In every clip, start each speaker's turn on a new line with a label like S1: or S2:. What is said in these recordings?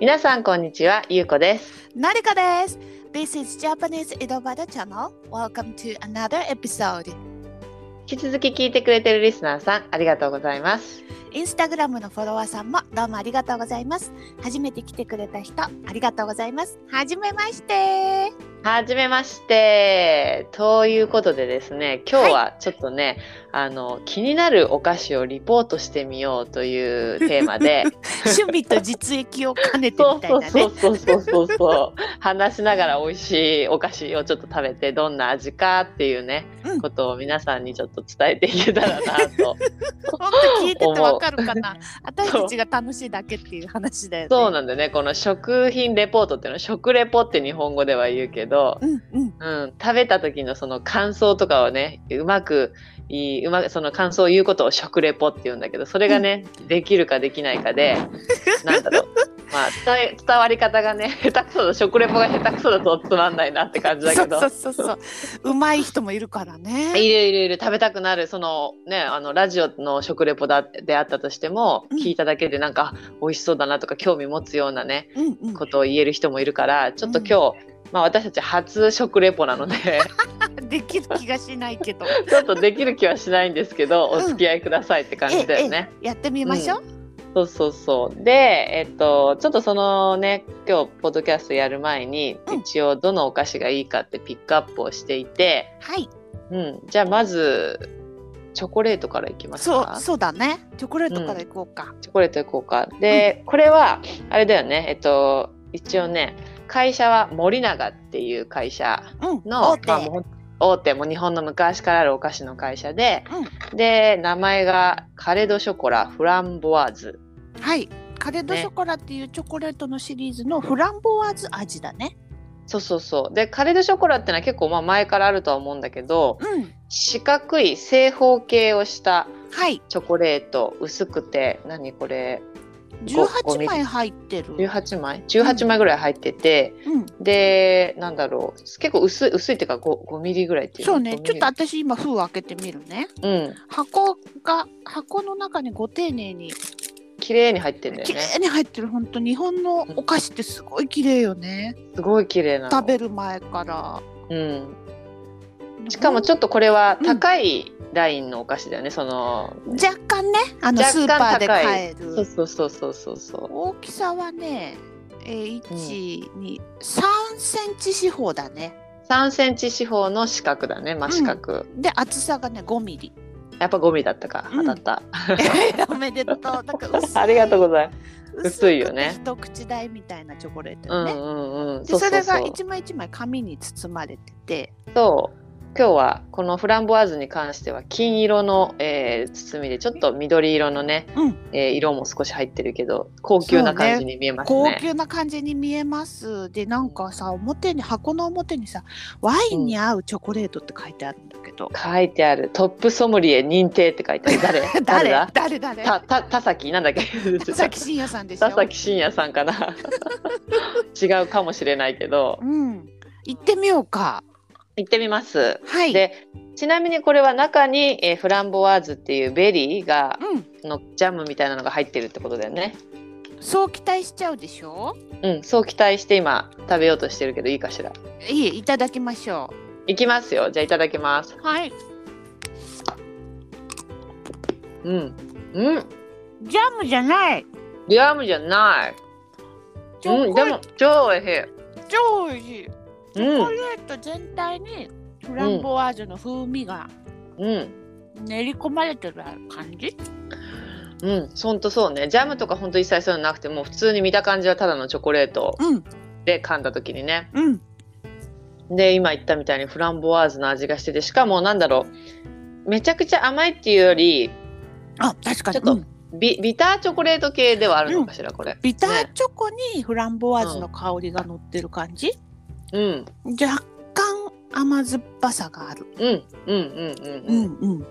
S1: 皆さんこんにちは、ゆうこです。
S2: Narika です This is Japanese Idobata Channel. Welcome to another episode.
S1: 引き続き聞いてくれてるリスナーさん、ありがとうございます。
S2: インスタグラムのフォロワーさんもどうもありがとうございます。初めて来てくれた人、ありがとうございます。はじめまして。
S1: はじめまして。ということでですね、今日はちょっとね、あの気になるお菓子をリポートしてみようというテーマで、
S2: 趣味と実益を兼ねて
S1: そ
S2: み
S1: う
S2: たい
S1: そう
S2: な
S1: そ
S2: ね
S1: う。そうそうそうそう、話しながら美味しいお菓子をちょっと食べて、どんな味かっていうね、
S2: うん
S1: ことを皆さんにちょっと伝えていけたらなと。
S2: 本当聞いててわかるか な。私たちが楽しいだけっていう話だよね。
S1: そうなんだよね、この食品レポートっていうのは食レポって日本語では言うけど、
S2: うんうん。
S1: うん、食べた時のその感想とかをねうまくいいうまくその感想を言うことを食レポって言うんだけどそれがね、できるかできないかでなんだ ろう、まあ、伝え伝わり方がね下手くそだ食レポが下手くそだとつまんないなって感じだけど
S2: そうそうそうそう。うまい人もいるからね。
S1: いるいるいる食べたくなるそのねあのラジオの食レポだであったとしても、
S2: うん
S1: 聞いただけでなんかあ美味しそうだなとか興味持つようなね
S2: うんうん。
S1: ことを言える人もいるからちょっと今日、まあ、私たち初食レポなので。
S2: できる気がしないけど。
S1: ちょっとできる気はしないんですけど、
S2: うん
S1: お付き合いくださいって感じだよね。
S2: やってみましょう。
S1: そうそうそう。で、えっと、ちょっとそのね、今日、ポッドキャストやる前に、
S2: うん
S1: 一応、どのお菓子がいいかってピックアップをしていて、
S2: はい。
S1: うん、じゃあ、まず、チョコレートからいきます
S2: そ
S1: か
S2: う。そうだね。チョコレートからいこうか。
S1: チョコレートいこうか。で、これは、あれだよね、えっと、一応ね、会社は森永っていう会社
S2: うん。
S1: の
S2: 大手
S1: まあもう大手もう日本の昔からあるお菓子の会社で、で名前がカレドショコラフランボワーズ
S2: はい。カレドショコラっていうチョコレートのシリーズのフランボワーズ味だね。
S1: そうそうそうでカレドショコラってのは結構まあ前からあるとは思うんだけど
S2: うん。
S1: 四角い正方形をした
S2: はい。
S1: チョコレート薄くて何これ
S2: 十
S1: ごごミ
S2: 八
S1: リ
S2: 枚入ってる。
S1: 18枚18枚ぐらい入ってて、
S2: うん。
S1: でなんだろう結構薄い薄いっていうか 5, 5ミリぐらいっていうの
S2: そうね。
S1: 5
S2: ちょっ
S1: ミ
S2: と私今封を開けてみるね。
S1: リうん
S2: 箱が箱の中にご丁寧に
S1: 綺麗に入ってんだよ
S2: 綺
S1: ね
S2: 麗に入ってる。本当日本のお菓子ってすごい綺麗よね。
S1: すごい綺麗なの
S2: 食べる前から。
S1: うんしかもちょっとこれは高いラインのお菓子だよね、その
S2: 若干ね。あのス
S1: 若干
S2: ーパー
S1: 高い
S2: で買え
S1: そう
S2: る。
S1: そうそうそうそうそう
S2: 大きさはね。えー、1、2、3センチ四方だね。
S1: 3センチ四方の四角だね真四角、
S2: で厚さがね5ミリ。
S1: やっぱ5ミリだったか
S2: うん
S1: 当たった、
S2: おめでとう。なんか薄い
S1: ありがとうございます
S2: 薄
S1: 薄いよね
S2: 一口大みたいなチョコレー
S1: う
S2: ト
S1: ん
S2: ね。
S1: うんうん
S2: で
S1: そう
S2: そ
S1: そう
S2: れ
S1: そ
S2: が
S1: う
S2: 一枚一枚紙に包まれてて、
S1: そう今日はこのフランボワーズに関しては金色の、えー包みでちょっと緑色のね、
S2: うん
S1: えー色も少し入ってるけど高級な感じに見えますね
S2: 高級な感じに見えます。でなんかさ表に箱の表にさワインに合うチョコレートって書いてあるんだけど、
S1: 書いてあるトップソムリエ認定って書いてある 誰
S2: 誰
S1: だ
S2: 誰誰
S1: た、た、田崎なんだっけ。
S2: 佐々木真也さんでし
S1: 田。
S2: ょ
S1: 崎真也さんかな。違うかもしれないけど、
S2: うん行ってみようか。
S1: 行ってみます。
S2: はい。
S1: で、ちなみにこれは中に、えーフランボワーズっていうベリーが、
S2: うん
S1: のジャムみたいなのが入ってるってことだよね。
S2: そう期待しちゃうでしょ。
S1: うん、そう期待して今食べようとしてるけどいいかしら。
S2: いいいただきましょ
S1: いきますよ。じゃあいただきます。
S2: う。はい。
S1: うん。うん。
S2: ジャムじゃない。
S1: ジャムじゃない。
S2: チ
S1: う
S2: ョコレート
S1: ん、でも超美味しい。
S2: 超美味しい。チ
S1: うん
S2: ョコレート全体にフランボワーズの風味が
S1: うん。
S2: 練り込まれてる感じ。
S1: うん、ほんとそうねジャムとかほんと一切そういうのなくてもう普通に見た感じはただのチョコレート
S2: うん
S1: で噛んだ時にね
S2: うん。
S1: で今言ったみたいにフランボワーズの味がしててしかもなんだろうめちゃくちゃ甘いっていうより
S2: あ確かに。
S1: ちょっと
S2: うん
S1: ビビターチョコレート系ではあるのかしら、これ
S2: ビタ
S1: ね
S2: ーチョコにフランボワーズの香りが乗ってる感じ。
S1: うん
S2: 若干甘酸っぱさがある。
S1: うんうんうんう
S2: うん
S1: うん
S2: んうん。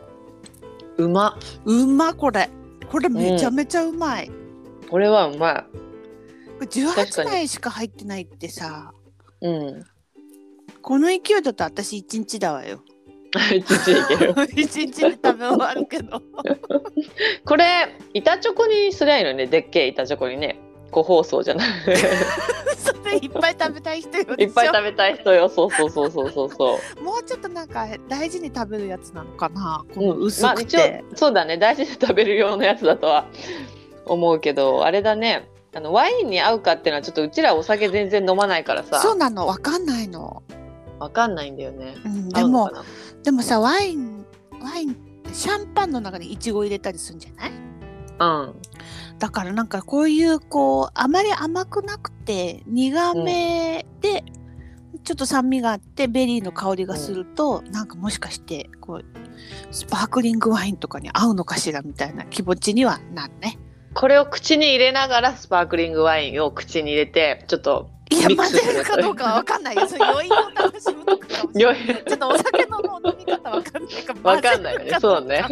S1: うま
S2: うまこれ。これめちゃめちゃうまい。
S1: これはうま
S2: 十
S1: 確か
S2: 八
S1: に
S2: 枚しか入ってないってさ、
S1: いうん
S2: この勢いだと私一日だわよ。
S1: 一日いける
S2: 一日で食べ終わるけど。
S1: これ板チョコにすりゃいいのねでっけえ板チョコにね個包装じゃない
S2: それいっぱい食べたい人よ
S1: い
S2: で
S1: っ
S2: し
S1: ぱい
S2: ょ
S1: 食べたい人よそうそうそうそうそうそう
S2: もうちょっとなんか大事に食べるやつなのかなこの
S1: うん
S2: 薄くて、
S1: まあ、一応そうだね大事に食べる用のやつだとは思うけどあれだねあのワインに合うかっていうのはちょっとうちらお酒全然飲まないからさ
S2: そうなのわかんないの、
S1: わかんないんだよね
S2: うん、で
S1: 合うの
S2: も
S1: かな
S2: でもさワインワインってシャンパンの中にイチゴ入れたりするんじゃない
S1: うん
S2: だからなんかこういうこうあまり甘くなくて苦めで、ちょっと酸味があってベリーの香りがすると、なんかもしかしてこうスパークリングワインとかに合うのかしらみたいな気持ちにはなるね。
S1: これを口に入れながらスパークリングワインを口に入れてちょっと
S2: いや
S1: ミック
S2: 混
S1: ス
S2: ぜ
S1: する
S2: るかどうかは分かんないよ。その余韻を楽しむとかかもしれ
S1: よ
S2: ない。ちょっとお酒のもう飲み方分かんないから
S1: わかんないよねそうね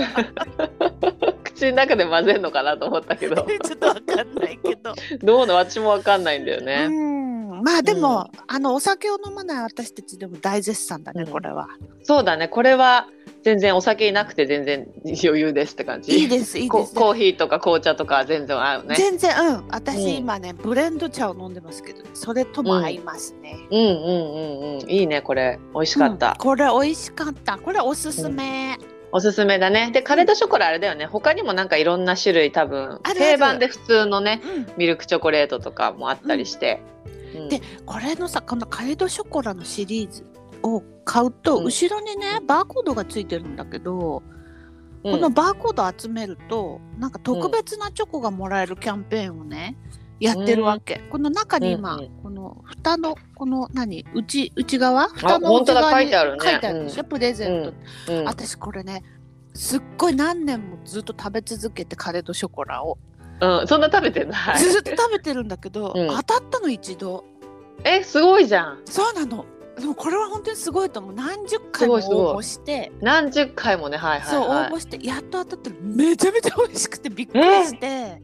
S1: 口の中で混ぜるのかなと思ったけど
S2: ちょっと分かんないけど。
S1: どうの私もわかんないんだよ
S2: う
S1: ね、
S2: んまあでも、あのお酒を飲まない私たちでも大絶賛だね、
S1: うん
S2: これは。
S1: そうだねこれは全然お酒なくて全然余裕ですって感じ
S2: いいですいいで
S1: こ
S2: す、
S1: コーヒーとか紅茶とか全然合うね
S2: 全然うん私
S1: うん
S2: 今ね、ブレンド茶を飲んでますけどそれとも合いますね、
S1: うんうんうんうんいいねこれ美味しかった、
S2: うんこれ美味しかったこれおすすめ、
S1: おすすめだねでカレードショコラあれだよね他にもなんかいろんな種類多分
S2: ある
S1: 定番で普通のね
S2: うん
S1: ミルクチョコレートとかもあったりして、うん
S2: でこれのさこのカレードショコラのシリーズを買うと、
S1: うん
S2: 後ろにねバーコードがついてるんだけど、
S1: うん
S2: このバーコード集めるとなんか特別なチョコがもらえるキャンペーンをねやってるわけ、この中に今、
S1: うんうん
S2: この蓋のこの何内内側蓋
S1: あ
S2: の
S1: 本
S2: 内
S1: 当だ
S2: 側
S1: 書
S2: に
S1: いてあるね
S2: 書いてあるでしょ、プレゼントって
S1: うんうん
S2: 私これねすっごい何年もずっと食べ続けてカレーとショコラを、
S1: うんそんな食べてない
S2: ずっと食べてるんだけど、
S1: うん
S2: 当たったの一度
S1: えすごいじゃん
S2: そうなのでもこれは本当にすごいと思う何十回
S1: すごい
S2: も
S1: すごい
S2: 応募して
S1: 何十回もねはいはい、
S2: そう応
S1: はい、
S2: 募してやっと当たったらめちゃめちゃ美味しくてびっくりして、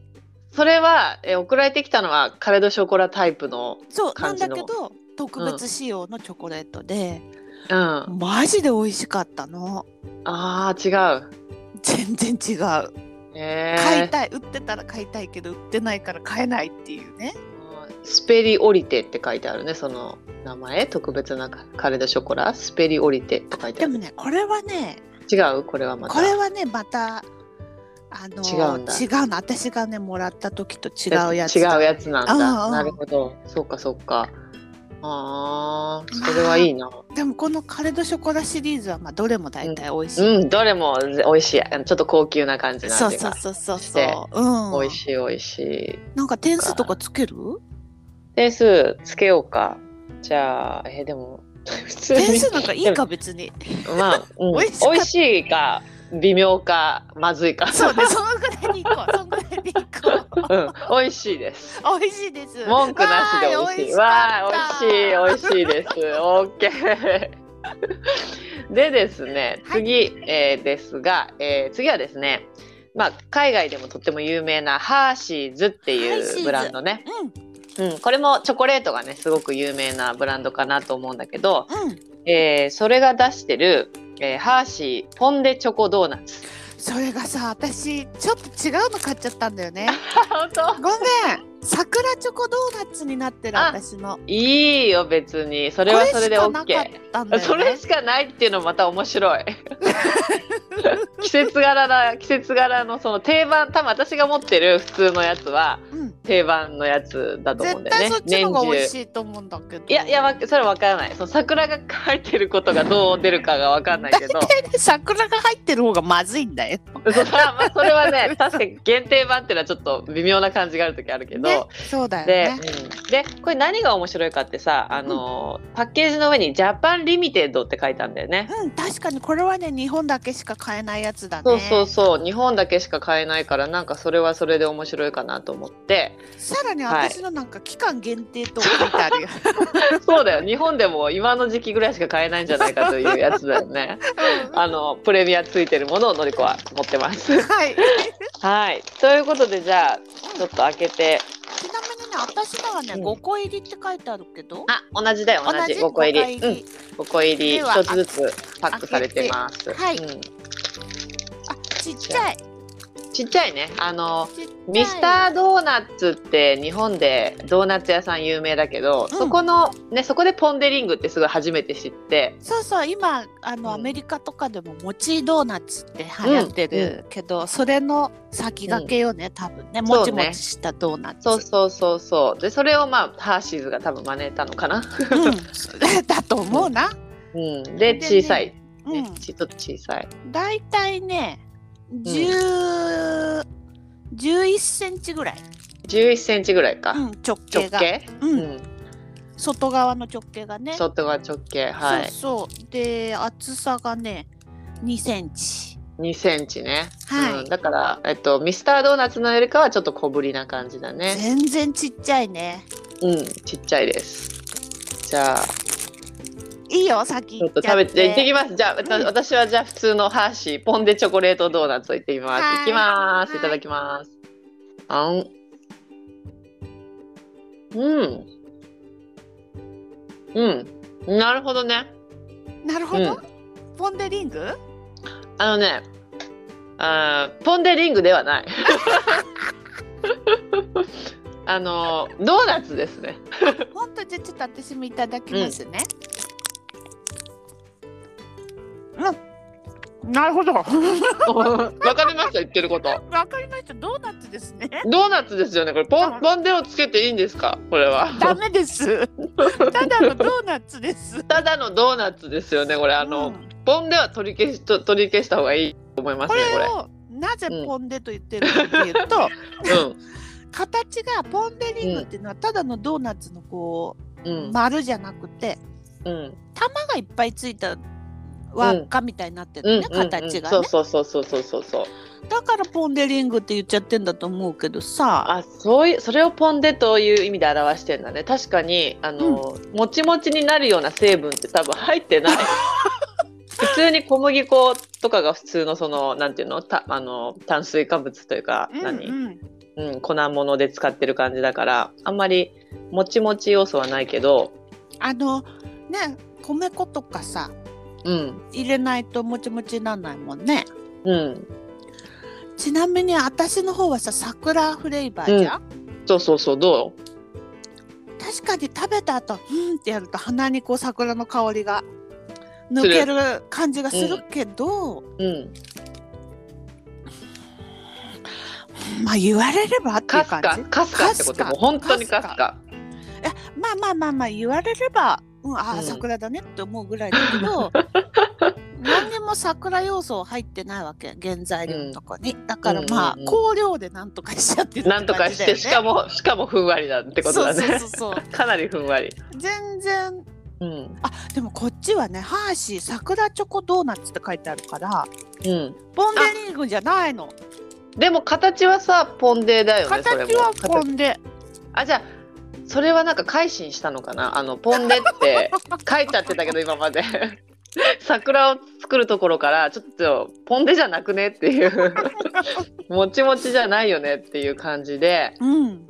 S1: それはえ送られてきたのはカレードショコラタイプの
S2: そうなん
S1: 感じ
S2: だ
S1: の
S2: けど特別仕様のチョコレートで、
S1: うんあ
S2: マジで美味しかったの
S1: あー違う
S2: 全然違う
S1: え
S2: 買い
S1: ー、
S2: たい売ってたら買いたいけど売ってないから買えないっていうね
S1: スペリオリテって書いてあるねその名前特別なカレードショコラスペリオリテって書いて
S2: で
S1: ある
S2: もねこれはね
S1: 違うこれはまた
S2: これはねまたあの
S1: 違うんだ
S2: 違うの私がねもらった時と違うやつ
S1: 違うやつなんだ
S2: うんうん
S1: なるほどそうかそうかあーそれはいいな、
S2: でもこのカレドショコラシリーズはまあどれも大体美味しい、
S1: うんどれも美味しいあのちょっと高級な感じの
S2: そう
S1: 味
S2: そう
S1: が
S2: そうそう
S1: し
S2: そ
S1: て
S2: う、うん、
S1: 美味しい美味しい
S2: なんか点数とかつける
S1: 点数つけようかじゃあえでも 普通に
S2: 点数なんかいいか別に
S1: まあ、うん、
S2: 美
S1: 美
S2: 味しかった
S1: 味しいか微妙かまずいか
S2: そうねそのぐらいにいこうそのぐらいにいこ
S1: うん、美味しいです。
S2: う美味しいです
S1: 文句なしで美味しい。わ
S2: わ
S1: あ、
S2: ー
S1: 美
S2: 美味
S1: 味
S2: しかった
S1: しい、美味しいです。オッケー。 でですね、
S2: はい
S1: 次、えーですが、えー次はですね。まあ、海外でもとっても有名なハーシーズって
S2: ハーシー
S1: い
S2: ズ
S1: うブランドね。
S2: う
S1: うん、これもチョコレートがね、すごく有名なブランドかなと思うんだけど。
S2: んうん
S1: えーそれが出してる、えーハーシーポンデチョコドーナツ。
S2: それがさ私ちょっと違うの買っちゃったんだよね
S1: 本当。
S2: ごめん桜チョコドーナツになってる
S1: あ
S2: 私の
S1: いいよ、別に、それはそれでオッケー。
S2: ー
S1: それしかないっていうのもまた面白い 季節柄だ季節柄のその定番多分私が持ってる普通のやつは
S2: うん、
S1: 定番のやつだと思うん
S2: 絶
S1: だよね
S2: 対そっちの方が美味
S1: い
S2: しいと思うんだけど。
S1: いやいやわそれは分からないその桜が書いてることがどう出るかが分かんないけ ど
S2: 桜が入ってる方がまずいんだよ。
S1: そうまあそれはね 確かに限定版っていうのはちょっと微妙な感じがある時あるけど、
S2: ね、そうだよ
S1: で,うん、
S2: ね。
S1: でこれ何が面白いかってさあの、パッケージの上に「ジャパンリミテッド」って書いたんだよね。
S2: うん、確かにこれはね日本だけしか買えないやつだね。
S1: そうそうそう日本だけしか買えないからなんかそれはそれで面白いかなと思って
S2: さらに
S1: はい
S2: 私のなんか期間限定とか書いてあ るよ。
S1: そうだよ日本でも今の時期ぐらいしか買えないんじゃないかというやつだよ ねあのプレミアついてるものをのりこは持ってます
S2: はい。
S1: はいということでじゃあちょっと開けて
S2: ちなみにね私のはね
S1: うん
S2: 5個入りって書いてあるけど。
S1: あ同じだよ同じ5個入りうん、5個入り
S2: では
S1: 1つずつパックされてます
S2: 開けてはい
S1: うん
S2: あちっちゃい。
S1: ちっちゃいねあの
S2: ちっちゃい
S1: ミスタードーナツって日本でドーナツ屋さん有名だけど、
S2: うん
S1: そこのねそこでポン・デ・リングってすごい初めて知って
S2: そうそう今あの、
S1: うん
S2: アメリカとかでも餅ドーナツって流行ってるけど、それの先駆けよね、多分ねも
S1: そ
S2: ち
S1: うね
S2: もちしたドーナツ
S1: そうそうそうそうでそれをまあハーシーズが多分真似たのかな、
S2: うん だと思うな、
S1: うん、で
S2: でね
S1: 小さい、
S2: う
S1: ね
S2: ん、
S1: ちょっと小さい
S2: だいたいね10 11センチぐらい、
S1: 11センチぐらいか、
S2: うん、直
S1: 直
S2: 径が
S1: 径、
S2: う
S1: うんん、
S2: 外側の直径がね
S1: 外側直径はい
S2: そうそうで厚さがね2センチ
S1: 2センチね、
S2: はい
S1: うん、だから、えっと、ミスタードーナツのよりかはちょっと小ぶりな感じだね
S2: 全然ちっちゃいね
S1: うんちっちゃいですじゃあ
S2: いいよ先
S1: ちょ
S2: 行
S1: っ
S2: っ
S1: と
S2: ちゃ
S1: 食べ
S2: って
S1: てじゃあ行ってきますじゃあ、
S2: うん
S1: 私はじゃあ普通のハーシーポン・デ・チョコレートドーナツを行ってみます
S2: はい
S1: 行きます、
S2: はい
S1: い、ただきますあんうんうんなるほどね
S2: なるほど、ポン・デ・リング
S1: あのねあーポン・デ・リングではない あのドーナツですね
S2: ほんとじゃあちょっと私もいただきますねうん、なるほど わ
S1: わかりました言ってること
S2: かりましたドーナツですね
S1: ドーナツですよねこれポンポンデをつけていいんですかこれは
S2: ダメです ただのドーナツです
S1: ただのドーナツですよねこれあの、
S2: うん
S1: ポンデは取り消しと取り消した方がいいと思います
S2: こ
S1: ね
S2: れ
S1: これ
S2: をなぜポン・デと言ってるかっていうと、 形がポン・デ・リングっていうのはただのドーナツのこ
S1: う
S2: う、
S1: ん
S2: 丸じゃなくて
S1: うん
S2: 玉がいっぱいついた輪っかみたいになって
S1: うん
S2: るね、形がね、
S1: うんうん、そうそうそうそうそうそう
S2: だからポン・デ・リングって言っちゃってんだと思うけどさ
S1: あそういうそれをポンデという意味で表してんだね確かにあの、もちもちになるような成分って多分入って ない普通に小麦粉とかが普通のそのなんていうのたあの炭水化物というか、何
S2: うんうん
S1: うん、粉物で使ってる感じだからあんまりもちもち要素はないけど、
S2: あのね米粉とかさ
S1: うん
S2: 入れないともちもちにならないもんね
S1: うん、
S2: ちなみに私の方はさ桜フレーバーじゃん、
S1: そうそうそうどう
S2: 確かに食べた後うんってやると鼻にこう桜の香りが抜ける感じがするけど、
S1: うん、
S2: まあ言われればってい
S1: か
S2: う
S1: す
S2: 感
S1: か
S2: じ
S1: かすかってこと
S2: かすか
S1: もう本当にかす
S2: かす
S1: か
S2: えまあまあまあまあ言われれば、うん、あ
S1: う
S2: あ
S1: ん
S2: 桜だねって思うぐらいだ けど、何にも桜要素入ってないわけ原材料とかに、だからまあ、
S1: うんうんうん
S2: 香料でなんとかしちゃってるって
S1: なんとか
S2: 感じ
S1: し
S2: だ
S1: て
S2: よね
S1: しかもしかもふんわりだってことだね
S2: そうそうそうそ
S1: かなりふんわり
S2: う全然
S1: うん
S2: あでもこっちはねハーシー桜チョコドーナツって書いてあるから
S1: うん
S2: ポン・デ・リングじゃないの
S1: でも形はさポンデだよねそれも
S2: 形はポ
S1: 形
S2: ンデ
S1: あじゃあそれはなんか改心したのかなあのポンデ って書いちゃってたけど今まで 桜を作るところからちょっとポンデじゃなくねっていうもちもちじゃないよねっていう感じで
S2: うん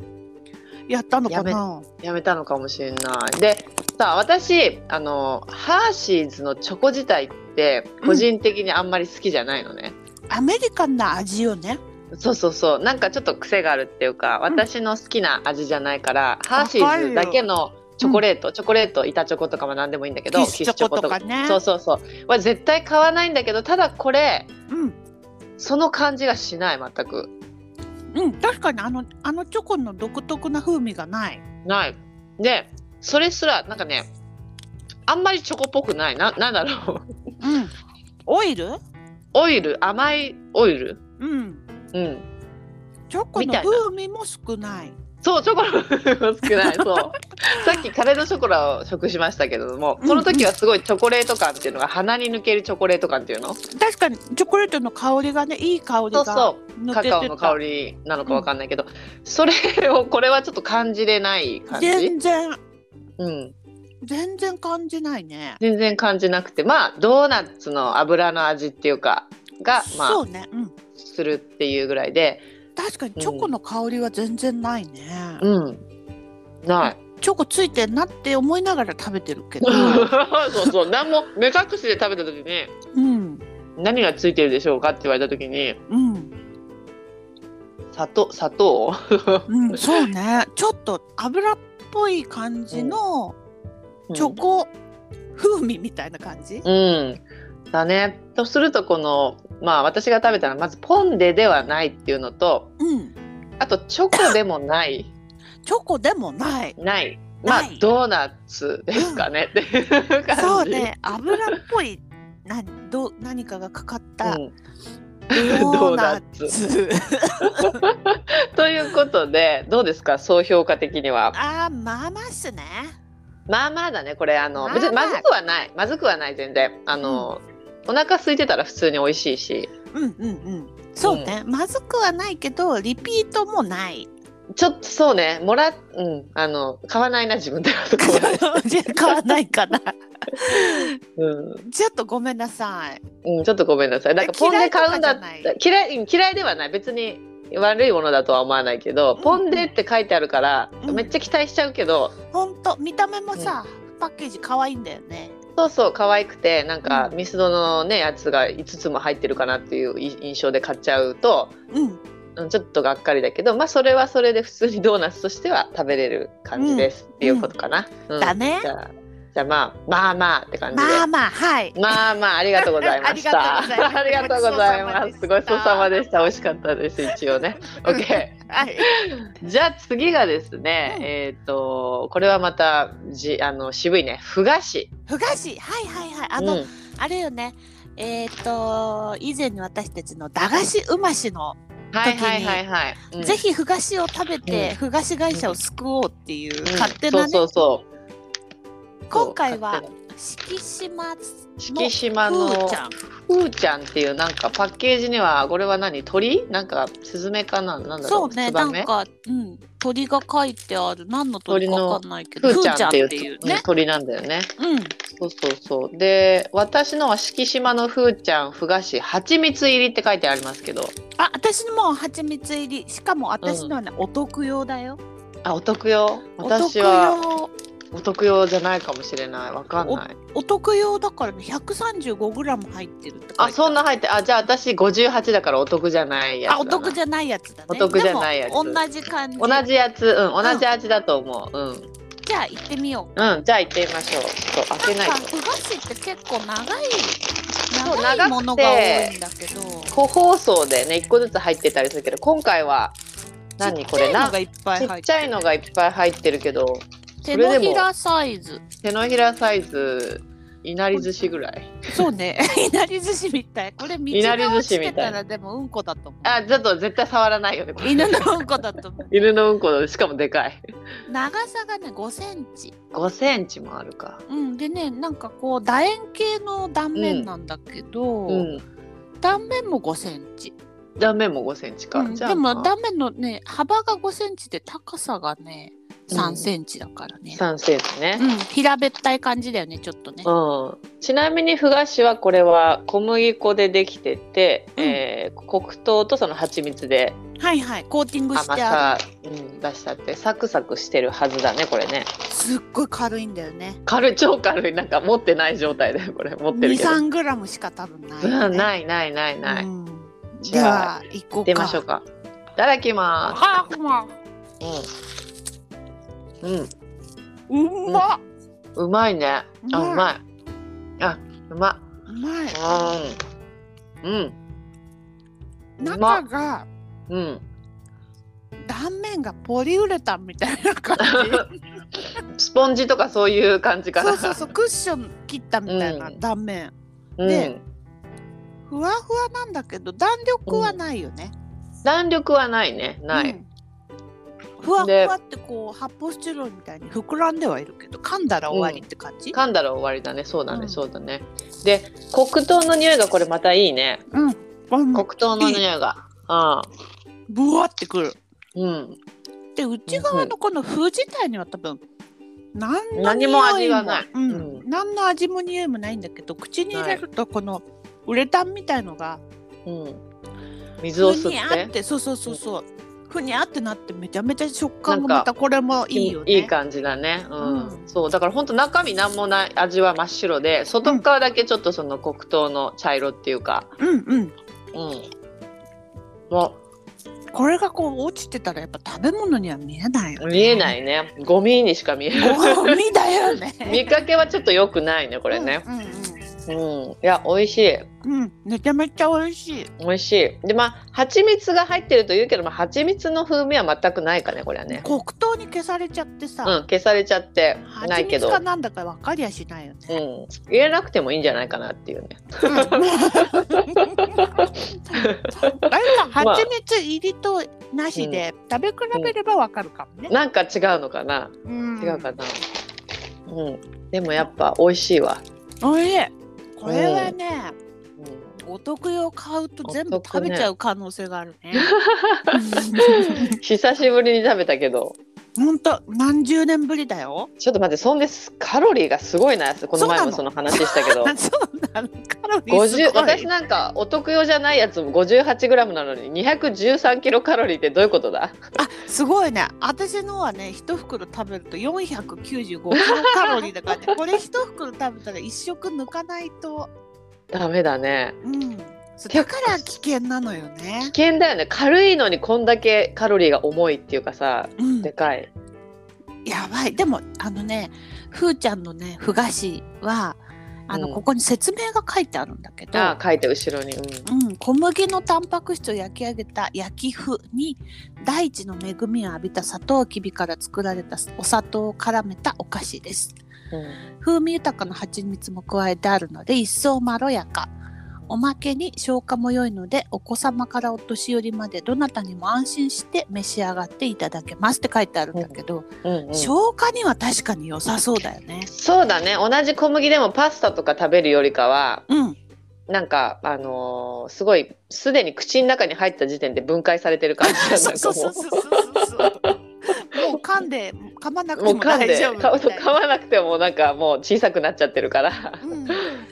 S2: やったのかな
S1: やめたのかもしれない。でさあ私あのハーシーズのチョコ自体って個人的にあんまり好きじゃないのね。
S2: アメリカンな味よね
S1: そうそうそうなんかちょっと癖があるっていうか私の好きな味じゃないから、ハーシーズだけのチョコレート、チョコレート板チョコとかも何でもいいんだけど
S2: キッシュチョコとかね
S1: そうそうそうは絶対買わないんだけどただこれ
S2: うん
S1: その感じがしない全く
S2: うん、確かにあのあのチョコの独特な風味がない。
S1: ないでそれすらなんかねあんまりチョコっぽくないななんだろう
S2: うん、オイル？
S1: オイル甘いオイル
S2: うん、
S1: うん
S2: チョコ
S1: み
S2: の
S1: たいな
S2: 風味も少ない。
S1: そうチョコの少ないそうさっきカレードショコラを食しましたけれどもその時はすごいチョコレート感っていうのが鼻に抜けるチョコレート感っていうの
S2: 確かにチョコレートの香りがね、いい香り
S1: そ
S2: が
S1: うそ
S2: 抜
S1: う
S2: け
S1: カ
S2: て
S1: カオの香
S2: り
S1: りなのかわかんないけど、それをこれはちょっと感じれない感じ、
S2: 全然
S1: うん、
S2: 全然感じないね。
S1: 全然感じなくてまあドーナツの油の味っていうかがま
S2: そ
S1: あ
S2: うね、うん、
S1: するっていうぐらいで
S2: 確かにチョコの香りは全然ないね。
S1: うんない
S2: チョコついてんなって思いながら食べてるけど、
S1: そうそう何も目隠しで食べた時に
S2: うん、
S1: 何がついてるでしょうかって言われた時に
S2: うん、
S1: 砂糖砂糖
S2: うん、そうね。ちょっと油っぽい感じのチョコ風味みたいな感じ。
S1: うん、だね。とするとこのまあ私が食べたのはまずポンデではないっていうのと
S2: うん、
S1: あとチョコでもない
S2: チョコでもない。
S1: ないまあ
S2: ない
S1: ドーナツですかね、っていう感じ。
S2: そうね、油っぽい。などう何かがかかっ
S1: う
S2: た
S1: ん
S2: ドーナ
S1: ド
S2: ツ
S1: ということでどうですか総評価的には。
S2: あーまあまあっすね
S1: まあまあだねこれあの、
S2: まあまあ
S1: 別にまずくはないまずくはない全然あの、お腹空いてたら普通に美味しいし
S2: うんうんうんそうね、まずくはないけどリピートも ない
S1: ちょっとそうねもらうんあの買わないな自分ではそこまで、
S2: 買わないか な
S1: うん
S2: ちょっとごめんなさい
S1: うん、ちょっとごめんなさいなんかポン
S2: 嫌
S1: で
S2: いとか
S1: 買うんだった
S2: じゃな
S1: 嫌いうん嫌いではない別に悪いものだとは思わないけど、
S2: うん
S1: ポンデって書いてあるから、
S2: うん
S1: めっちゃ期待しちゃうけど
S2: ほんと見た目もさ、パッケージ可愛いんだよね
S1: そうそう可愛くてなんか、
S2: うん
S1: ミスドのねやつが5つも入ってるかなっていうい印象で買っちゃうと、
S2: うん
S1: うんちょっとがっかりだけど、まあ、それはそれで普通にドーナツとしては食べれる感じです、っていうことかな。うん
S2: だね
S1: じゃあじゃあまあまあまあって感じで。
S2: まあまあはい
S1: まあまあありがとうございました。あ
S2: あ
S1: り
S2: り
S1: が
S2: が
S1: と
S2: と
S1: うご
S2: うご
S1: ざ
S2: ざ
S1: い
S2: い
S1: ま
S2: ます
S1: す。ごちそうさまでした。美味しかったです。一応ね。OK。
S2: はい
S1: じゃあ次がですね、
S2: うん
S1: えっ、とこれはまたじあの渋いね。ふ菓子。
S2: ふ菓子はいはいはいあ
S1: う
S2: の、
S1: ん
S2: あれよねえっ、と以前に私たちの駄菓子うましの、
S1: はいはいはいはい。うん
S2: ぜひふ菓子を食べて、
S1: うん
S2: ふ菓子会社を救おうっていう、
S1: うん
S2: 勝手な
S1: そ
S2: ね
S1: うそうそう。
S2: 今回は
S1: 勝手な
S2: 敷島
S1: 敷島
S2: の
S1: の
S2: ふーちゃん
S1: ふーちゃんっていうなんかパッケージにはこれは何鳥なんかスズメかななんだろう
S2: そうね
S1: ツ
S2: な
S1: バ
S2: ん
S1: メ
S2: か、うん、鳥が書いてある何の鳥かわかんないけど
S1: ふー
S2: ふ
S1: ち
S2: ー
S1: ゃ
S2: ち
S1: ん
S2: ゃ
S1: っ
S2: んってて
S1: いう
S2: いう
S1: うん
S2: ね
S1: 鳥なんだよね
S2: うん
S1: そうそうそうで私のは敷島のふーちゃんふ菓子蜂蜜入りって書いてありますけど
S2: あ私も蜂蜜入りしかも私のはね、お得用だよ
S1: あお得用
S2: お得
S1: 私は
S2: 用
S1: お得用じゃないかもしれないわかんない
S2: お得用だからね 135g 入ってるって書いて
S1: あそんな
S2: 入
S1: 入ってあじゃあ私58だからお得じゃないやつだ
S2: あお得じ
S1: ゃ
S2: ゃないやつだね
S1: お得じゃないやつ
S2: でも同じ感じ
S1: 同じやつうん同じ味だと思ううん、
S2: じゃあ行ってみよう
S1: うん、じゃあ行ってみましょうちょっと開けない
S2: んか
S1: と
S2: ふ菓子って結構長い
S1: そう
S2: 長
S1: 長くて
S2: いものが多いんだけど
S1: 個包装でね1個ずつ入ってたりするけど今回は何これな
S2: ちっちゃいのが
S1: ち
S2: いっぱい入
S1: っ
S2: っ
S1: ち
S2: て
S1: ゃいのがいっぱい入ってるけど
S2: 手
S1: れでも
S2: のひらサイズ
S1: 手のひらサイズいなり寿司ぐらい
S2: そうね いなり寿司みたいこれ道
S1: いなり
S2: が
S1: 寿
S2: 落
S1: 司
S2: ち
S1: みたい
S2: てたらでもうんこだと思
S1: あちょっと絶対触らないよねこ
S2: う
S1: れ
S2: 犬のうんこだと思う
S1: 犬のうんこのしかもで かい
S2: 長さがね5センチ
S1: 5センチもあるか
S2: うんでねなんかこう楕円形の断面なんだけど、
S1: うん
S2: 断面も5センチ、
S1: 断面も5センチか、
S2: うん
S1: じゃあ
S2: でも
S1: まあ
S2: 断面のね幅が5センチで高さがね
S1: うん
S2: 3センチだからね、
S1: 3センチね
S2: うん平べったい感じだよねちょっとね、
S1: うん、ちなみにふ菓子はこれは小麦粉でできてて、
S2: うん
S1: えー黒糖とその蜂蜜で
S2: はいはいコーティングし
S1: 甘
S2: てある
S1: さ、うん、出したってサクサクしてるはずだねこれね
S2: すっごい軽いんだよね
S1: 軽い超軽いなんか持ってない状態だよこれ持ってるけど、
S2: 23グラムしか多分ない、
S1: う
S2: よ
S1: ん、
S2: ね
S1: ないないないない、
S2: うん
S1: じ
S2: で
S1: ゃあ
S2: は行こうか。
S1: 出ましょうかいただきま
S2: はあ、まあ、
S1: すうん、うん、
S2: うまっ、
S1: うまいねあ
S2: う
S1: う
S2: ま
S1: まいあうま
S2: うまい。
S1: うんうんうま
S2: 中が
S1: うん
S2: 断面がポリウレタンみたいな感
S1: スポンジとかそういう感じ
S2: じ。
S1: かな
S2: そうそうそう、クッション切ったみたいな
S1: うん
S2: 断面。
S1: ん
S2: でふわふわなんだけど、弾力はないよね。
S1: 弾力はないねない、
S2: うんふわふ
S1: で
S2: わってこう発泡スチロールみたいに膨らんではいるけど噛んだら終わりって感じ、
S1: 噛んだら終わりだねそうだね、
S2: うん
S1: そうだねで黒糖の匂いがこれまたいいね
S2: うん、
S1: 黒糖の匂いがあ
S2: ぶわってくる
S1: うん
S2: で内側のこの風自体には多分何の
S1: 何も味がない
S2: 匂いも
S1: う
S2: うん、何の味も匂いもないんだけど口に入れるとこのウレタンみたいのが
S1: うん水を
S2: ふ
S1: 吸
S2: にゃ
S1: っ
S2: っててそうそうそうそうふにゃってなってめちゃめちゃ食感も
S1: なんか
S2: またこれもいいよね
S1: いい感じだね、うん
S2: うん
S1: そうだから本当中身なんもない味は真っ白で外側だけちょっとその黒糖の茶色っていうか、
S2: うんうん
S1: うん、も
S2: これがこう落ちてたらやっぱ食べ物には見えないよね
S1: 見えないねゴミにしか見えない
S2: ゴミだよね
S1: 見かけはちょっと良くないねこれね
S2: うん
S1: うんいや美味しい
S2: うん、うんうん、めちゃめちゃ美味しい
S1: 美味しいでまあ蜂蜜が入ってると言うけどまあ蜂蜜の風味は全くないかねこれはね
S2: 黒糖に消されちゃってさ、
S1: うん消されちゃってな
S2: 蜂
S1: いけ
S2: 蜜
S1: ど
S2: かなんだか分かりやしないよ
S1: う
S2: ね。
S1: ん、入れなくてもいいんじゃないかなっていうね。
S2: うんあれか
S1: まあ
S2: 蜂蜜入りとなしで食べ比べれば分かるかもね。
S1: なんか違うのかな、
S2: うん
S1: 違うかな。うん、でもやっぱ美味しいわ。
S2: おいしいこれはね、
S1: う
S2: お得用買うと全部
S1: お
S2: 食
S1: 得ね
S2: べちゃう可能性が あるね。
S1: ん、久しぶりに食べたけど、
S2: ほんと何十年ぶりだよ。
S1: ちょっと待って、そんですカロリーがすごいなやつ、この前も
S2: そ
S1: そうの話したけど。
S2: そうなのカロリーすごい
S1: 50私なんかお得用じゃないやつも 58g なのに213キロカロリーってどういうことだ
S2: あすごいね私のはね一袋食べると495キロカロリーだからね これ一袋食べたら一食抜かないと
S1: ダメだね
S2: うんそう
S1: 結
S2: だ
S1: 構
S2: から危険なのよね、
S1: 危険だよね軽いのにこんだけカロリーが重いっていうかさ
S2: うん、
S1: でかい
S2: やばいでもあのねふーちゃんのねふ菓子はあの、
S1: うん
S2: ここに説明が書いてあるんだけど
S1: あ書いて後ろに、うん、
S2: うん、小麦のタンパク質を焼き上げた焼き麩に大地の恵みを浴びたサトウキビから作られたお砂糖を絡めたお菓子です風味豊かな蜂蜜も加えてあるので一層まろやかおまけに消化も良いのでお子様からお年寄りまでどなたにも安心して召し上がっていただけますって書いてあるんだけど、
S1: うんうんうん
S2: 消化には確かに良さそうだよね。
S1: そうだね同じ小麦でもパスタとか食べるよりかは
S2: うん、
S1: なんかあのーすごいすでに口の中に入った時点で分解されてる感じが
S2: そ
S1: な
S2: うん そ
S1: か
S2: うそう
S1: も
S2: そうそうそう。もう噛んで噛まなく
S1: うも
S2: て
S1: う
S2: も
S1: 噛ん
S2: 大
S1: で
S2: 丈夫
S1: 噛
S2: みた
S1: む
S2: い
S1: 噛
S2: な。
S1: まなくてもなんかもう小さくなっちゃってるから、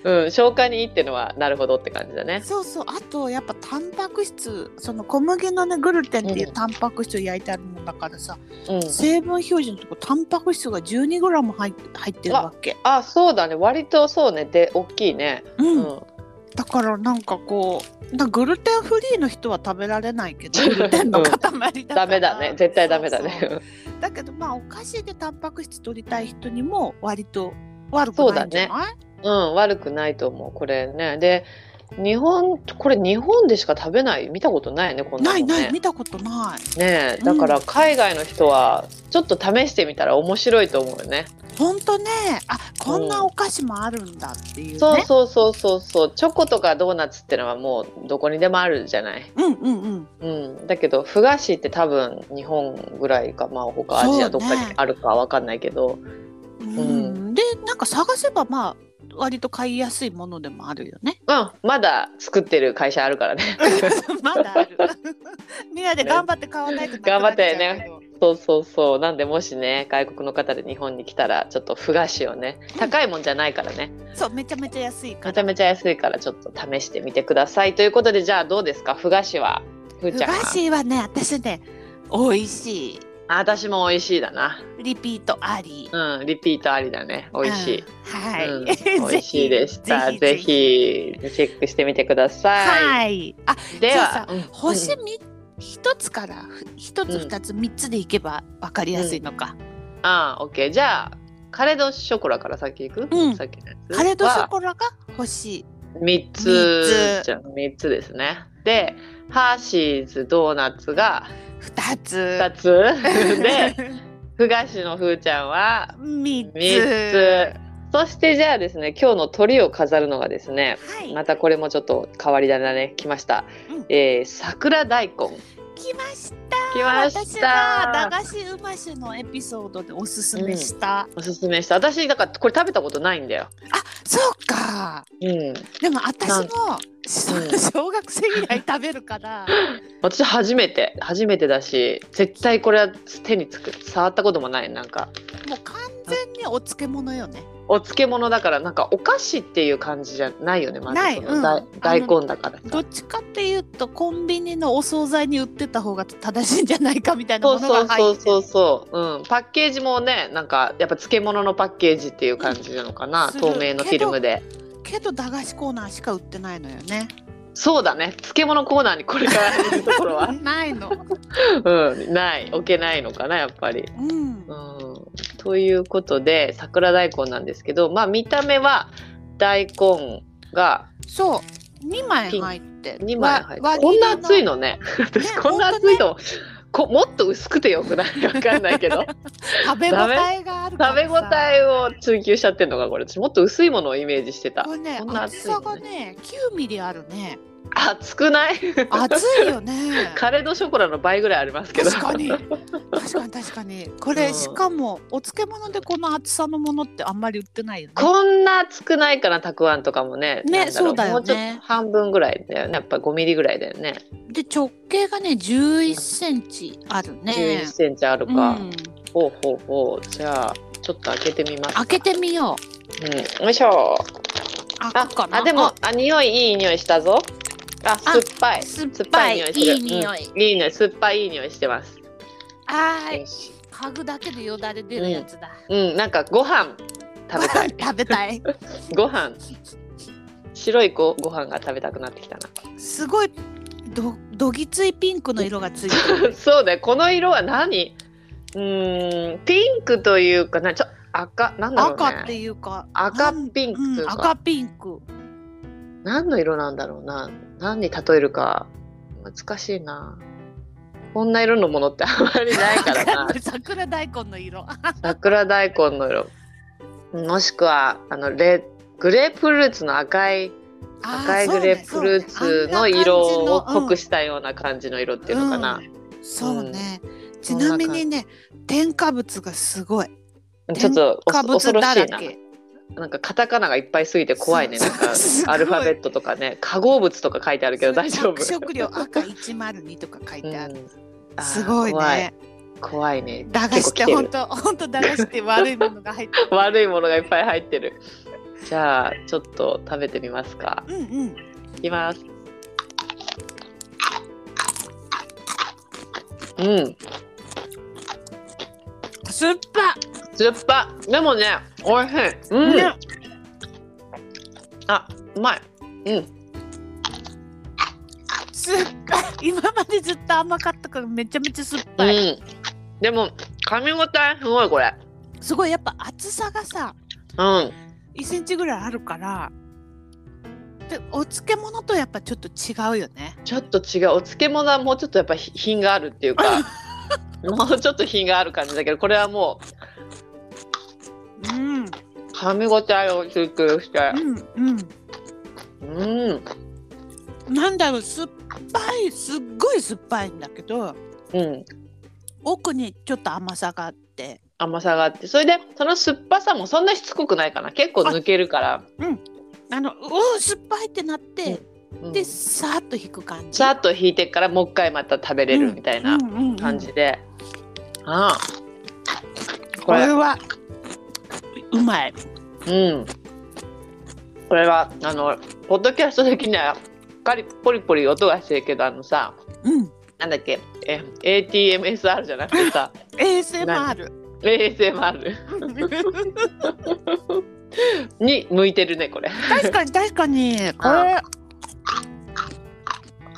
S2: うん、
S1: うん、消化にいいってのはなるほどって感じだね。
S2: そうそうあとやっぱタンパク質その小麦のねグルテンっていうタンパク質を焼いてあるもんだからさ、
S1: うん、
S2: 成分表示のとこタンパク質が 12g 入っ入ってるわけ、
S1: あそうだね割とそうねで大きいね。
S2: う
S1: うん
S2: ん、だからなんかこうなグルテンフリーの人は食べられないけどグルテンの塊だから、
S1: ダメだね絶対ダメだ
S2: そうそう
S1: ね。
S2: だけどまあお菓子でタンパク質取りたい人にも割と悪くないんじゃない、
S1: うん悪くないと思うこれね。で日本これ日本でしか食べない見たことないねこんな
S2: な
S1: の
S2: い
S1: ね。
S2: ない見たことない
S1: ねえ
S2: うん
S1: だから海外の人はちょっと試してみたら面白いと思うよね。
S2: ほんとねあこんなお菓子もあるんだっていうね
S1: そうそうそうそうそうチョコとかドーナツってのはもうどこにでもあるじゃない。
S2: うんうんうん
S1: うん、だけどふ菓子って多分日本ぐらいかまあ他ア
S2: そう
S1: ジ
S2: ね
S1: アどっかにあるかわかんないけど、
S2: うん、でなんか探せばまあ割と買いやすいものでもあるよね
S1: うんまだ作ってる会社あるから ね
S2: まだ ある。みんなで頑張って買わないとなくなっちゃうけど
S1: 頑張って。そうそうそうなんでもしね外国の方で日本に来たらちょっとふ菓子をね高いもんじゃないからね
S2: そう、めちゃめちゃ安い
S1: め
S2: から。
S1: ちゃめちゃ安いからちょっと試してみてくださいということでじゃあどうですかふ菓子はふー
S2: ふ
S1: ちゃんは
S2: 菓子はね、私ね、美味しい。
S1: あ私も美味しいだな
S2: リピートあり。
S1: うんリピートありだね美味しい、
S2: うん。はい。
S1: うん
S2: ぜひ
S1: 美味しいでしたぜ。ひチェックしてみてください、
S2: はい。あ、
S1: では
S2: そ
S1: うん
S2: 星み一つから一つ二つ三つでいけばわかりやすいのか。
S1: ああ、オッケー。じゃあ、カレドショコラから先行く、
S2: うん
S1: さっきのやつ。
S2: カレードショコラが星。
S1: 3
S2: 三
S1: つ
S2: つ
S1: じゃあ三つですね。で、ハーシーズドーナツが
S2: 二つ。
S1: 2つ。 で、ふ菓子のふーちゃんは
S2: 三つ。
S1: 3つ。そしてじゃあですね、今日の鳥を飾るのがですね、
S2: はい。
S1: またこれもちょっと変わり種だね、来ました。
S2: うん
S1: えー桜大根。
S2: 来ました。
S1: 来まし
S2: 私は駄
S1: た。
S2: 菓子うましのエピソードでおすすめした、
S1: おすすめした。私、だからこれ食べたことないんだよ。
S2: そうか
S1: うん。
S2: でも私も
S1: うん
S2: 小学生以来食べるから
S1: 私初めて初めてだし絶対これは手につく触ったこともないなんか
S2: もう完全にお漬物よね
S1: お漬物だからなんかお菓子っていう感じじゃないよねまず
S2: ない
S1: その
S2: うん
S1: だ
S2: あ
S1: 大
S2: の
S1: 根だから
S2: ど
S1: さ
S2: っちかっていうとコンビニのお惣菜に売ってた方が正しいんじゃないかみたいなものが
S1: そ
S2: 入
S1: う
S2: っ
S1: そうそう
S2: て
S1: そう、うん、パッケージもねなんかやっぱ漬物のパッケージっていう感じなのかな、
S2: うん
S1: 透明のフィルムで
S2: けど駄菓子コーナーしか売ってないのよね
S1: そうだね漬物コーナーにこれから入るところ は
S2: ないの。
S1: うんない置けないのかなやっぱり。
S2: うん
S1: う。んということで桜大根なんですけどまあ見た目は大根が
S2: そう。二枚入って。
S1: 2枚入
S2: わ
S1: ってこんな厚い
S2: 輪切り
S1: のね私
S2: ね
S1: こんな厚いと、こもっと薄くてよくない わかんないけ ど
S2: 食べ応えがあるから
S1: 食べ
S2: さ。
S1: 応えを追求しちゃってんのかこれ私もっと薄いものをイメージしてた
S2: これね、
S1: こんな
S2: 厚
S1: 厚いの
S2: さ
S1: ね
S2: がね、9ミリあるね。
S1: 厚くない
S2: 厚いよね。
S1: カレードショコラの倍ぐらいありますけど
S2: 確かに確かに確かにこれ、
S1: うん
S2: しかもお漬物でこの厚さのものってあんまり売ってないよね
S1: こんな厚くないかなたくあんとかもねなん
S2: ね
S1: ろ
S2: そうだ
S1: も
S2: よね
S1: うちょっと半分ぐらいだよねやっぱ5ミリぐらいだよね
S2: で直径がね11センチあるね
S1: 11センチある
S2: う
S1: か、
S2: ん、
S1: ほうほうほうじゃあちょっと開けてみます
S2: 開けてみよ
S1: うん、よいしょ
S2: う開
S1: あ
S2: くかな
S1: あでもあ匂いいい匂いしたぞあ酸っぱい
S2: 酸っぱ
S1: 酸
S2: い
S1: っぱい匂いする
S2: いい匂い、
S1: いい匂い酸っぱいいい匂いしてます、
S2: はーい
S1: よし
S2: 嗅ぐだけでよだれ出るやつだ、
S1: うんなんかご飯食べたい
S2: 食べたい
S1: ご飯白いごご飯が食べたくなってきた
S2: すごいどどぎついピンクの色がついてる
S1: な そうだよこの色は何うーんピンクというかなちょ赤なんだろうね
S2: 赤っていうか
S1: 赤
S2: なん
S1: ピンクという
S2: うん、
S1: か、
S2: 赤ピンク
S1: 何の色なんだろうな何に例えるか難しいなこんな色のものってあんまりない からな
S2: 桜大根の色
S1: 桜大根の色もしくはあのレグレープフルーツの赤い赤いグレープフルーツの色を濃く
S2: し
S1: したような感じの色っていうのかな、
S2: そうね、ちなみにね添加物がすごい
S1: ちょっとお
S2: 加
S1: 恐
S2: 物
S1: ろ
S2: だ
S1: し
S2: ら
S1: いな
S2: け
S1: なんかカタカナがいっぱいすぎて怖いね
S2: そ
S1: な
S2: うん
S1: か
S2: すごい
S1: アルファベットとかね化合物とか書いてあるけど大丈夫
S2: 着色料赤102とか書いてある、
S1: うんあー
S2: すごい
S1: 怖い
S2: ね
S1: 怖いね
S2: 駄菓子って
S1: 結構来てる
S2: 本当本当駄菓子って悪いものが入 ってる
S1: 悪いものがいっぱい入ってるじゃあちょっと食べてみますか
S2: うんうん
S1: いきますうん
S2: 酸っぱ、
S1: 酸っぱでもね美味しいうん、
S2: ね
S1: あうまい
S2: 酸っぱい今までずっと甘かったからめちゃめちゃ酸っ
S1: う
S2: ぱい、
S1: んでも噛み応えすごいこれ
S2: すごいやっぱ厚さがさ
S1: うん
S2: 1センチぐらいあるからでお漬物とやっぱちょっと違うよね
S1: ちょっと違うお漬物はもうちょっとやっぱ品があるっていう かもうちょっと品がある感じだけどこれはも
S2: う
S1: う
S2: ん
S1: 噛み応えを追求して
S2: うん
S1: うん
S2: うんなんだろう酸っぱいすっごい酸っぱいんだけど
S1: うん
S2: 奥にちょっと甘さがあって
S1: 甘さがあってそれでその酸っぱさもそんなしつこくないかな結構抜けるから、
S2: あのうお酸っぱいってなって、
S1: うん
S2: でさーっと引く感じ
S1: さっと引いてからもう一回また食べれるみたいな
S2: うんうんうん
S1: 感じで、ああ
S2: こ
S1: こ
S2: れ
S1: れ
S2: はうまい
S1: うんこれはあのポッドキャスト的にはカリポリポリ音がしてるけどあのさ
S2: うん
S1: なんだっけえ ATMSR じゃなくて さ
S2: ASMR
S1: ASMR に向いてるねこれ
S2: 確かに確かにこれ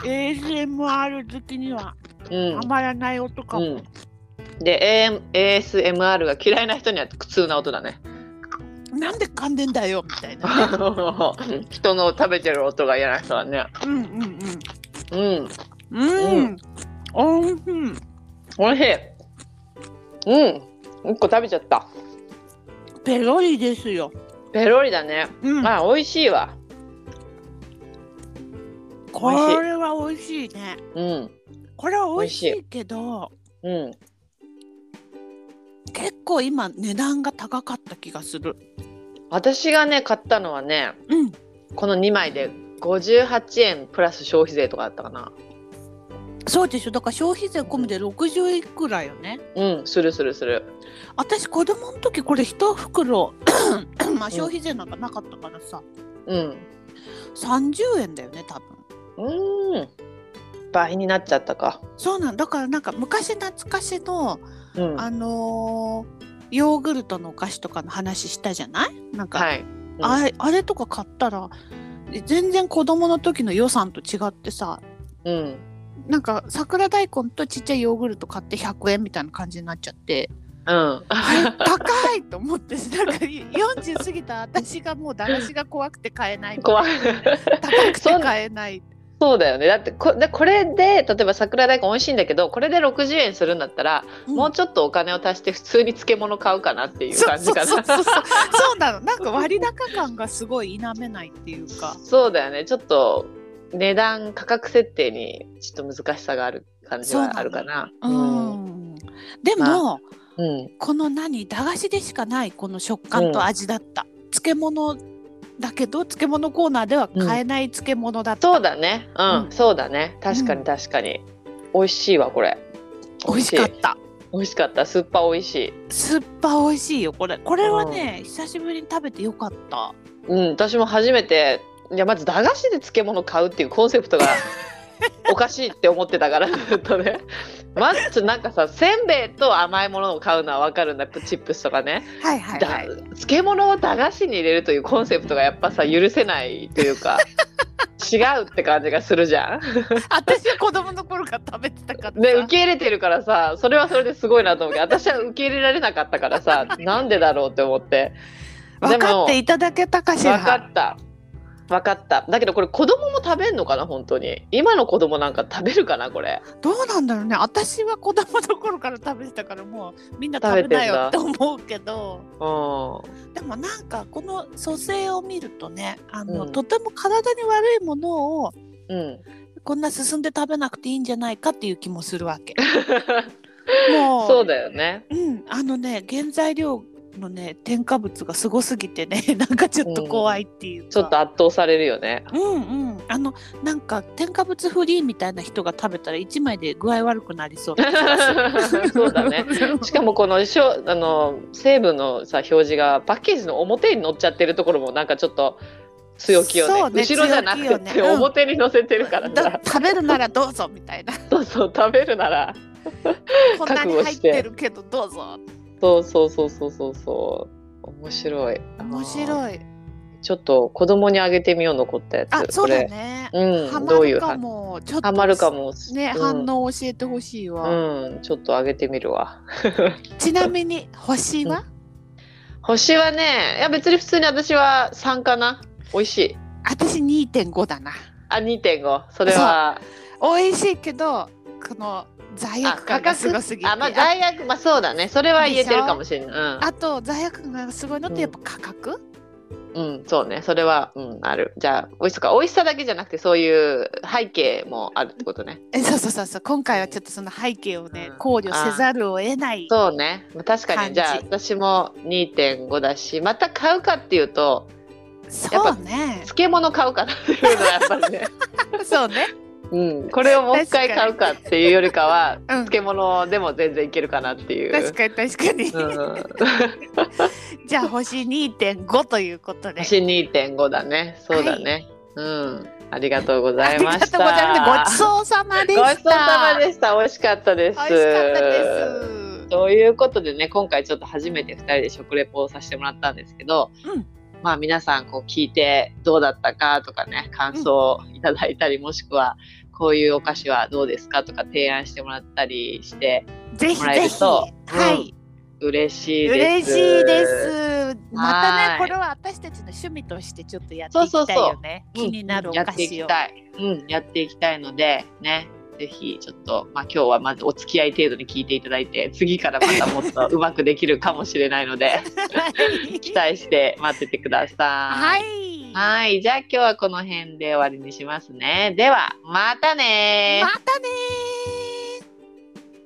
S2: ASMR 好きには
S1: うん
S2: たまらない音かも、
S1: うん、で AM ASMR が嫌いな人には苦痛な音だね
S2: なんで噛んでんだよみたいな
S1: 人の食べてる音が嫌な人はね
S2: うんうんうん
S1: うん
S2: うん。おいしい。
S1: おいしいうん1個食べちゃった
S2: ペロリですよ。
S1: ペロリだね
S2: うん。
S1: あ美味しいわ
S2: これは美味しいね。
S1: うん
S2: これは美味しいけど、
S1: うん
S2: 結構今値段が高かった気がする。
S1: 私がね買ったのはね
S2: うん。
S1: この2枚で58円プラス消費税とかだったかな
S2: そうでしょ。だから消費税込みで60いくらよね。
S1: うんするするする
S2: 私子供の時これ一袋、 まあ消費税なんかなかったからさ、
S1: うん
S2: 30円だよね多分。
S1: うん倍になっちゃったか
S2: そうなんだからなんか昔懐かしの、
S1: うんは
S2: あのーヨーグルトのお菓子とかの話したじゃないなんか
S1: いうん
S2: あれあれとか買ったら全然子供の時の予算と違ってさ
S1: うん
S2: なんか桜大根とちっちゃいヨーグルト買って100円みたいな感じになっち ゃって
S1: うん
S2: あれ高いと思ってなんか40過ぎた私がもう駄菓子が怖くて買えない
S1: 怖い
S2: 高く
S1: そ
S2: て
S1: ん
S2: 買え ない
S1: そうだよねだってこでこれで例えば桜大根美味しいんだけどこれで60円するんだったら、もうちょっとお金を足して普通に漬物買うかなっていう
S2: そ
S1: 感
S2: う
S1: じ
S2: そう
S1: か
S2: そう
S1: な
S2: そうそうそうなのなんか割高感がすごい否めないっていうか
S1: そうだよねちょっと値段価格設定にちょっと難しさがある感じはあるかな
S2: う
S1: うん
S2: んでも、
S1: まうん
S2: この何駄菓子でしかないこの食感と味だった、漬物だけど漬物コーナーでは買えない漬物だった、
S1: そうだねうん、
S2: うん
S1: そうだね確かに確かに、美味しいわこれ
S2: 美味しかった
S1: 美味しかったスーパー美味しい
S2: 酸っぱ美味しいよこれこれはね、久しぶりに食べてよかった
S1: うん私も初めていやまず駄菓子で漬物買うっていうコンセプトがおかしいって思ってたからずっとねまずなんかさせんべいと甘いものを買うのはわかるんだチップスとかね
S2: はいは
S1: だ漬物を駄菓子に入れるというコンセプトがやっぱさ許せないというか違うって感じがするじゃん。
S2: 私は子供の頃から食べてたから
S1: で受け入れてるからさそれはそれですごいなと思うけど私は受け入れられなかったからさなんでだろうって思って
S2: 分かっていただけたかしら
S1: 分かった分かっただけどこれ子供も食べんのかな本当に今の子供なんか食べるかなこれ
S2: どうなんだろうね私は子供の頃から食べてたからもうみんな食べなよって思うけど
S1: う
S2: でもなんかこの蘇生を見るとねあの、
S1: うん
S2: とても体に悪いものを
S1: んうん
S2: こんな進んで食べなくていいんじゃないかっていう気もするわ けもう
S1: そうだよね
S2: うん、あのね原材料のね添加物がすごすぎてね なんかちょっと怖いっていうか、
S1: ちょっと圧倒されるよね
S2: うんうんあのなんか添加物フリーみたいな人が食べたら1枚で具合悪くなりそうな気がする
S1: そうだ ねしかもこのしょあの成分のさ表示がパッケージの表に載っちゃってるところもなんかちょっと強気よ
S2: そう
S1: ね
S2: ね
S1: 後ろじゃな
S2: 強
S1: く
S2: 気よ
S1: て
S2: ねうん
S1: 表に載せてるからさ、
S2: だ食べるならどうぞみたいな
S1: そうそう食べるなら
S2: こんなに入ってるけどどうぞ
S1: そうそうそうそうそうそう面白い
S2: 面
S1: い
S2: 白い
S1: ちょっと子供にあげてみよう残ったやつ
S2: あそうだね
S1: これう
S2: ハ
S1: ん
S2: マ
S1: どうい
S2: る
S1: う
S2: か
S1: は
S2: もちょっと
S1: ハマるかも
S2: ね、
S1: うん、
S2: 反応を教えてほしいわ、
S1: うんちょっとあげてみるわ
S2: ちなみに星は、
S1: 星はねいや別に普通に私は3かな美味しい
S2: 私2.5だな
S1: あ2.5それは
S2: 美味しいけどこの罪悪感がすごすぎて
S1: あまあ罪悪まあそうだねそれは言えてるかもしれない
S2: あと罪悪感がすごいのってやっぱ価格、
S1: うん、うん、そうねそれはうんあるじゃあ美味しさか美味しさだけじゃなくてそういう背景もあるってことね
S2: えそうそうそうそう今回はちょっとその背景をね、
S1: うん
S2: 考慮せざるを得ない
S1: そうねまあ確かに
S2: 感じ
S1: じゃあ私も2.5だしまた買うかっていうと
S2: そ
S1: やっぱ
S2: うね
S1: 漬物買うかなっていうのはやっぱりね、
S2: そうね、
S1: うん、これをもう一回買うかっていうよりかは
S2: うん、
S1: 漬物でも全然いけるかなっていう。
S2: 確かに確かに、
S1: うん、
S2: じゃあ星2.5ということで
S1: 星2.5だねそうだね、うんありがとうございました
S2: ありがとうございますごちそうさまでした
S1: ごちそうさまでした。美味しかったです。
S2: 美味しかったです
S1: ということでね、今回ちょっと初めて2人で食レポをさせてもらったんですけど、
S2: うん
S1: まあ皆さんこう聞いてどうだったかとかね、感想をいただいたり、もしくはこういうお菓子はどうですかとか提案してもらったりして
S2: ぜひ
S1: もらえ
S2: ぜ
S1: る
S2: ひ、
S1: と
S2: は
S1: うん
S2: い
S1: 嬉しいで
S2: 嬉
S1: す。
S2: しいです。また
S1: は
S2: ね
S1: い
S2: これは私たちの趣味としてちょっとやっていきたいよね。
S1: うん
S2: 気になるお
S1: や
S2: 菓
S1: ってい
S2: 子
S1: き
S2: を。
S1: たい。うん、やっていきたいのでね。ぜひちょっと、まあ、今日はまずお付き合い程度に聞いていただいて次からまたもっとうまくできるかもしれないの で期待して待っててくだ
S2: は
S1: さい。
S2: い。ま
S1: はいじゃあ今日はこの辺で終わりにしますね。ではまたね
S2: たね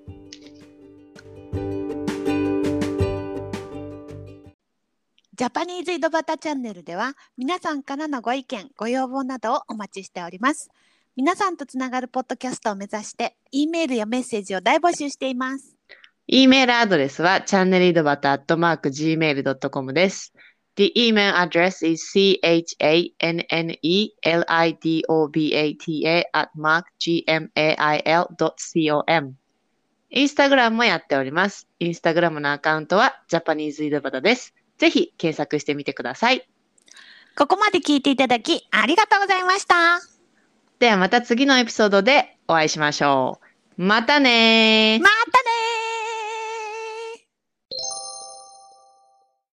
S2: ー。ジャパニーズ井戸端チャンネルでは皆さんからのご意見ご要望などをお待ちしております皆さんとつながるポッドキャストを目指して E メールやメッセージを大募集しています
S1: E メールアドレスは channelidobata.gmail.com です。The email address is chanelidobata at mark gmail.com。インスタグラムもやっております。インスタグラムのアカウントはジャパニーズ井戸端です。ぜひ検索してみてください。
S2: ここまで聞いていただきありがとうございました。
S1: ではまた次のエピソードでお会いしましょう。またねー
S2: また